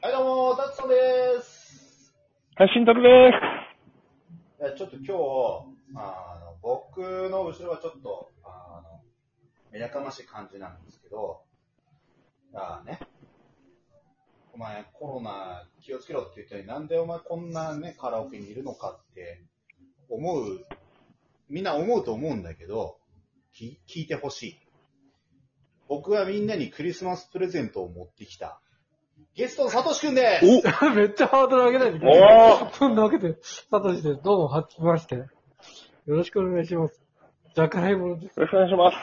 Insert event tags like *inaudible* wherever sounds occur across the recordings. はい、どうも、たつさんです。はい、新宅です。えちょっと今日、あの、僕の後ろはちょっと、あの、目やかましい感じなんですけど、ああね、お前コロナ気をつけろって言ったのに、なんでお前こんなね、カラオケにいるのかって思う、みんな思うと思うんだけど、き聞いてほしい。僕はみんなにクリスマスプレゼントを持ってきた。ゲストのサトシくんです *laughs* めっちゃハードル上げないでくれおそんなわけで、サトシです。どうも、はじめまして。よろしくお願いします。ジャックハイボールです。よよろしくお願いし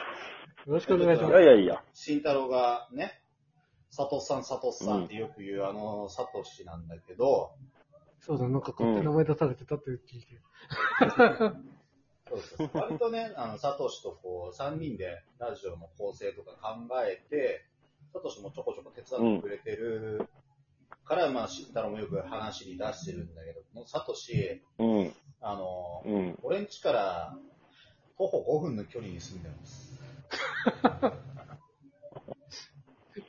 まろしくお願いしす。まいすや。いやいや。慎太郎がね、サトさん、サトさんってよく言う、あの、サトシなんだけど、そうだ、なんか勝手に名前出されてたって聞いて。そうです割と *laughs* ね、あの、サトシとこう、3人でラジオの構成とか考えて、サトシもちょこちょこ手伝ってくれてるから、まあ、慎太郎もよく話に出してるんだけど、もうサトシ、うん、あの、うん。俺ん家から徒歩5分の距離に住んでます。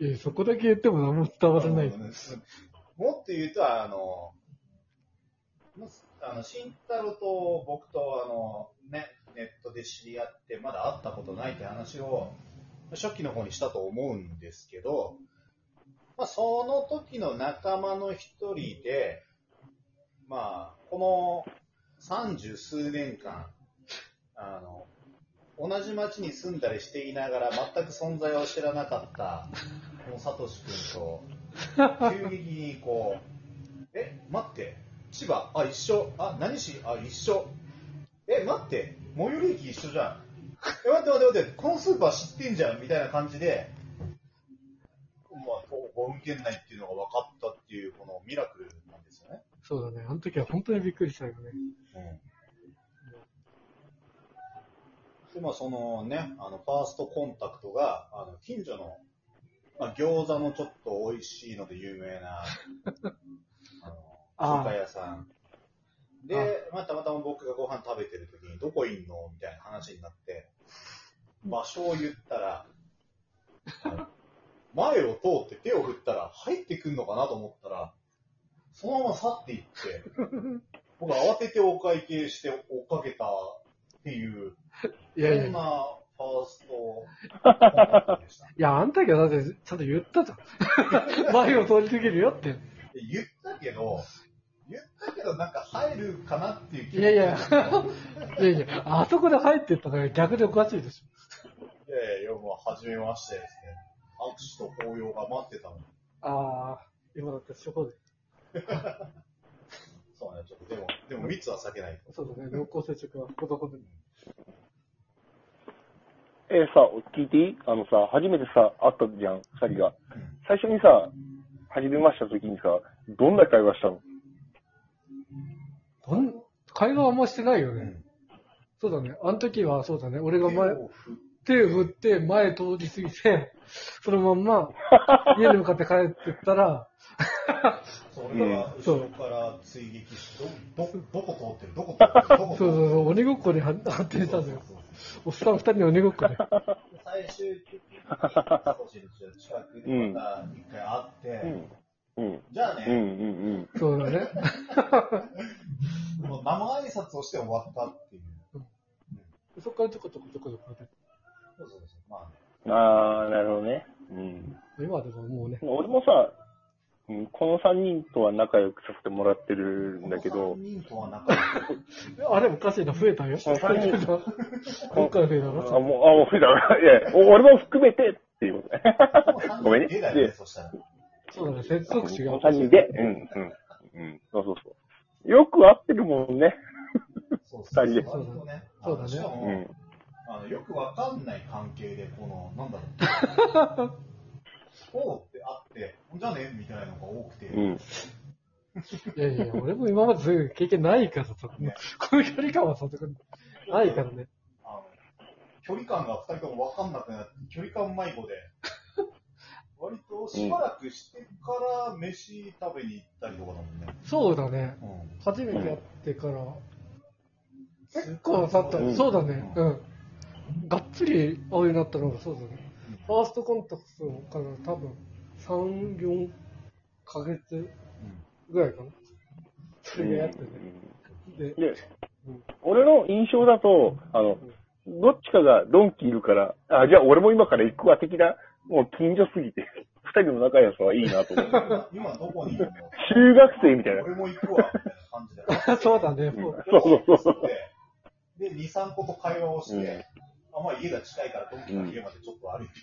え、そこだけ言っても何も伝わらない。もっと言うと、あの、まあの、慎太郎と僕と、あの、ね、ネットで知り合って、まだ会ったことないって話を、初期の方にしたと思うんですけど、まあ、その時の仲間の一人で、まあ、この三十数年間、あの、同じ町に住んだりしていながら全く存在を知らなかった、このサトシ君と、急激にこう、え、待って、千葉、あ、一緒、あ、何市、あ、一緒、え、待って、最寄り駅一緒じゃん、え、待って待って待って、このスーパー知ってんじゃん、みたいな感じで、まあ、こうご運圏内っていうのが分かったっていう、このミラクルなんですよね。そうだね、あの時は本当にびっくりしたよね。で、まあ、そのね、あの、ファーストコンタクトが、あの、近所の、まあ、餃子のちょっと美味しいので有名な、あの、ああ中華屋さん。で、まあ、たまたま僕がご飯食べてる時に、どこいんのみたいな話になって、場所を言ったら、あの前を通って手を振ったら入ってくんのかなと思ったら、そのまま去っていって、僕慌ててお会計して追っかけたっていう、いやいやそんいなファーストコンタクトでした。や、あの時はだって、ちゃんと言ったじゃん。 *laughs* 前を通り過ぎるよって。で言ったけど、言ったけどなんか入るかなっていう気持ちいやいや、いやいや、あそこで入ってったから逆でおかしいでしょ。で、夜は初めましてですね。握手と抱擁が待ってたの。あー、今だったらそこで。そうね、ちょっとでも、でも密は避けない。そうだね、濃厚接触はほどほどに。えーさ、聞いていいあのさ、初めてさ、会ったじゃん、二人が。最初にさ、初めました時にさ、どんな会話したのどん、会話あんましてないようね。ん。そうだね。あの時はそうだね。俺が手前、を振手振って前通り過ぎて、 *laughs* そのまん *laughs* ま家に向かって帰ってったら、それが後ろから追撃して、ど、ど、どこ通ってるどこ通ってるどこ通っそうそうてるそう、鬼ごっこに発発展したんだよ。おっさん二人の鬼ごっこで。最終的に、サトシの近くでまた一回会って、うん。うん。じゃあうんね、うんそうだね。もう生挨拶をして終わったっていう。 *laughs* そっからちょこちょこちょこちょこで。そうそうそう。まあね、うん。あー、なるほどね。うん。今でももうね、俺もさ、うんこの三人とは仲良くさせてもらってるんだけどこの、三人とは仲良くあれおかしいな、増えたよ。そうそう *laughs* 今回増えたあ、もう、な。あ、もう、いや、お俺も含めてっていうことね。ごめんね出ないね、そしたら。そうだね、接続詞が。 3人で、うん、うん、うん、そうそうそう。よく合ってるもんね。そうそう。二人で割とね。そうだねしかうも、ん。あの、よくわかんない関係で、この、なんだろう。*laughs* おうってあって、じゃあねみたいなのが多くて、うん。いやいや、俺も今までそういう経験ないからさ、そこねこの距離感はさ、そこないからね。あの、距離感が二人ともわかんなくなって、距離感迷子 *laughs* で、割としばらくしてから飯食べに行ったりとかだもんね。そうだね。うん。初めてやってから、結構経った、うんそうだね、ううん。がっつり青になったのがそうだね。ファーストコンタクトから多分、3、4ヶ月ぐらいかな。それがやってて。で、でうん、俺の印象だと、あの、どっちかがドンキいるから、あ、じゃあ俺も今から行くわ的な、もう近所すぎて、 *laughs* 二人の仲良さはいいなと思 *laughs* う。今どこにいるの中学生みたいな。俺も行くわ、みたいな感じだよ。そうだね、うんもう。そうそうそう。で、2、3個と会話をして、うんあまあ家が近いからドンキの家までちょっと歩いて、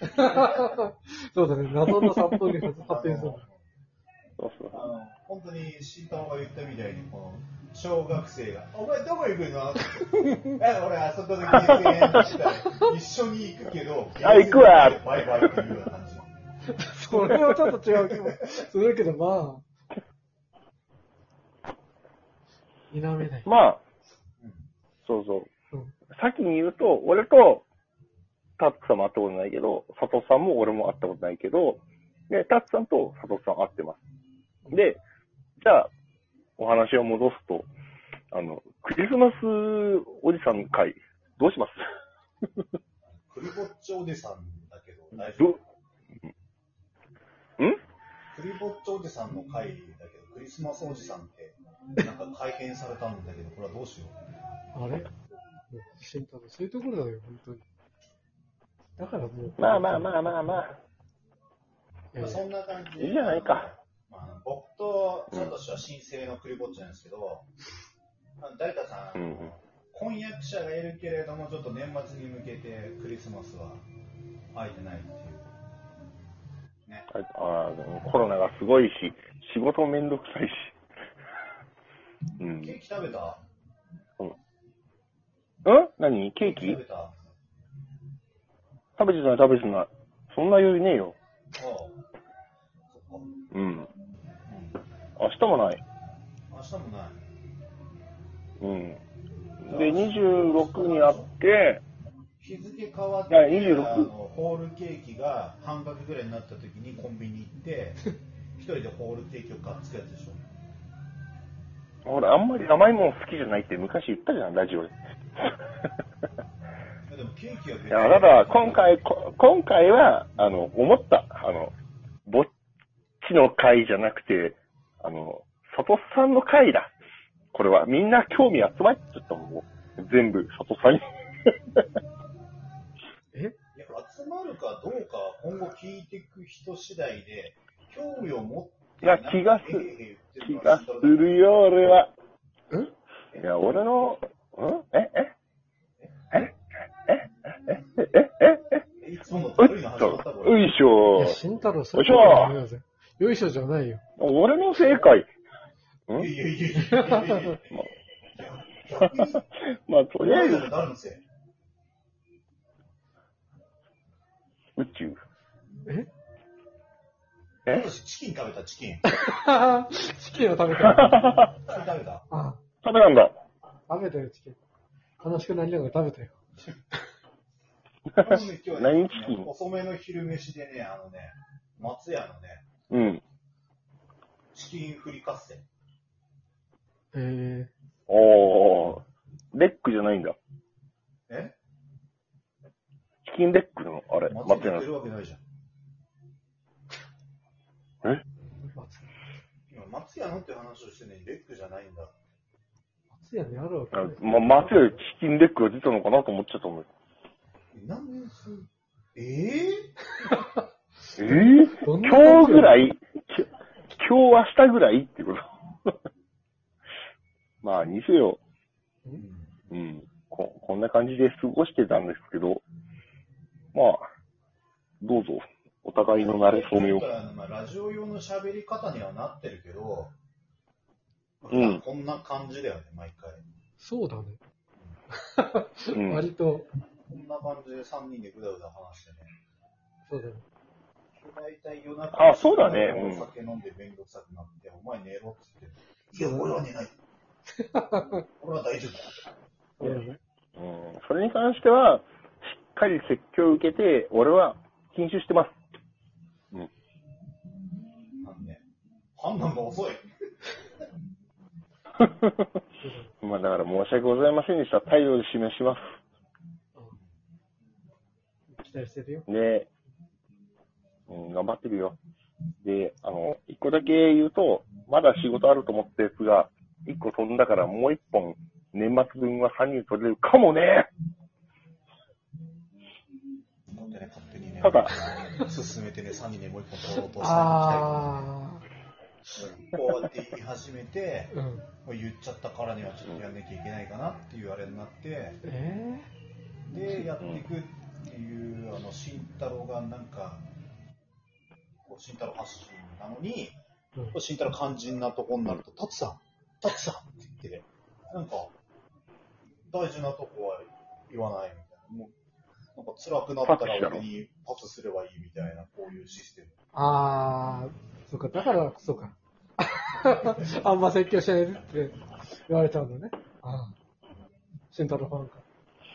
そうだね、謎の殺風景があ発展するの。そうそうあの本当に慎太郎が言ったみたいに、この小学生が、お前どこ行くのってえ、俺あそこでゲーセンやってたら一緒に行くけど、あ行くわバイバイっていうような感じ。それはちょっと違う気もするけど、まあ。否めない。まあ、うんそうそううん。先に言うと、俺と、タッツさんも会ったことないけど、佐藤さんも俺も会ったことないけど、で、タッツさんと佐藤さん会ってます。で、じゃあ、お話を戻すと、あの、クリスマスおじさん会、どうしますクリボッチおじさんだけど、大丈夫どんクリボッチおじさんの会だけど、クリスマスおじさんって、なんか改変されたんだけど、これはどうしよう。あれ慎太郎、そういうところだよ、本当に。だからもう。まあまあまああ。まあまあ。ええまあそんな感じいいじゃないか。まあ、僕と、サトシは新生のクリボッチなんですけど、あの誰かさん、うん婚約者がいるけれども、ちょっと年末に向けてクリスマスは会えてないっていう。ね。ああのコロナがすごいし、仕事もめんどくさいし。うん。ケーキ食べたん何ケー食キべたあ食べてない食べてない。そんな余裕ねえよ。あ。そっか。うん。うん明日もない。明日もない。うん。で、26にあって、日付変わって、いや26あのホールケーキが半額ぐらいになった時にコンビニ行って、一人でホールケーキを買っつけたでしょ。ほら、あんまり甘いもん好きじゃないって昔言ったじゃん、ラジオで。いやでもケーキは別いや、ただ、今回、こ今回は、あの、思った。あの、ぼっちの会じゃなくて、あの、里さんの会だ。これは、みんな興味集まっちゃったもん。全部、里さんに。えいや集まるかどうかは今後聞いていく人次第で、興味を持って、いや気がすなんかへへへ言って気のはが慎太す郎だるよ、俺は。えいや、俺の、んえええええええええけどいつものう通りのっ始まったと、こうれ。いしょいや、慎太郎、そういうところだよね。よいしょじゃないよ。 *laughs* 俺の正解。んいやいやいやいやいやいや。逆に、まあ、とりあえず、誰のせい宇宙。ええ私チキン食べた、チキン。チチキンを食 *laughs* べた。キン食べた。あ、食べたんだ。食べたよ、チキン。悲しくなりながら食べたよ。今日ね今日ね *laughs* 何チキン遅めの昼飯でね、あのね、松屋のね、うん。チキンフリカッセ。えおー。レックじゃないんだ。えチキンレックの、あれ、松待って屋やなってるわけないじゃん。ー、松今、松屋のって話をしてね、レックじゃないんだ。松屋にあるわけない。ま、松屋でチキンレックが出たのかなと思っちゃったもん。何年すんえええー、どんな今日ぐらい、き今日明日ぐらいってこと。 *laughs* まあ、にせよ、うんこ、こんな感じで過ごしてたんですけど、まあ、どうぞ、お互いの慣れ初めを。まあ、ラジオ用の喋り方にはなってるけど、うんこんな感じだよね、毎回。そうだね。うん割と、こんな感じで3人でぐだぐだ話してね。そうだね。大体夜中あそうだねうんお酒飲んで面倒くさくなって、お前寝ろっつって。いや、俺は寝ない。俺は大丈夫だ。そうだね。うんそれに関しては、しっかり説教を受けて、俺は禁酒してます。なんで、判断が遅い。まあだから申し訳ございませんでした。態度で示しま期待してるよ。す。ねうん、頑張ってるよ。で、あの、一個だけ言うと、まだ仕事あると思ったやつが、一個飛んだからもう一本、年末分は3人取れるかもね勝手ね、勝手にね。ただ、進めてね、3人でもう一本取ろうとしたありこうやって言い始めてあ、、うん。もう言っちゃったからにはちょっとやんなきゃいけないかなっていうあれになって、えで、やっていくっていう、あの、慎太郎がなんか、こう慎太郎発信なのに、えうん慎太郎肝心なとこになると、タツさん、タツさんって言って、なんか、大事なとこは言わないみたいな。もう、なんか辛くなったら俺にパスすればいいみたいな、こういうシステム。ああ、そうか、だから、そうか。 *laughs* あんま説教しないでって言われちゃうのね。ああ。慎太郎ファンか。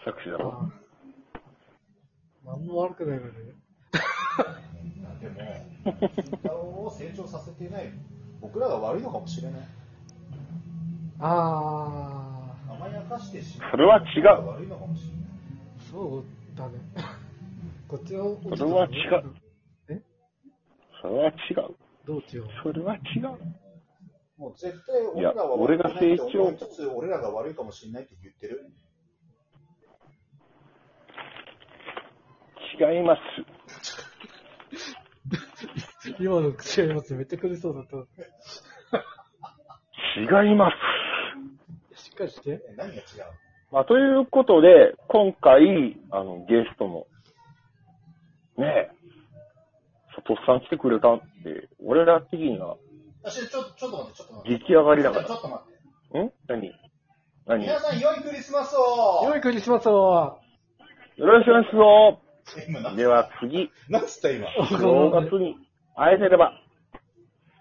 作詞だあろあ。なんも悪くないのにね。でも、慎太郎を成長させていない、僕らが悪いのかもしれない。ああ、甘やかしてしまう。それは違う悪いのかもしれない。そうだね。 *laughs* こっちを、それは違う。えそれは違う。どう違うそれは違う。もう絶対俺らは悪くないって思いつつ、俺らが悪いかもしれないって言ってる。違います。今の口がます。めっちゃ苦しそうだった。違います。しっかりして。え何が違うまあ、ということで、今回、あの、ゲストの、ねえ、佐藤さん来てくれたって、俺ら的には、あちょ、ちょ、ちょっと待って、ちょっと待って。出来上がりだかちょっと待って。ら。ん何何よ皆さん、良いクリスマスを良いクリスマスをろしくお願いしま今何すぞでは次、何つった今。正月に会えてれば。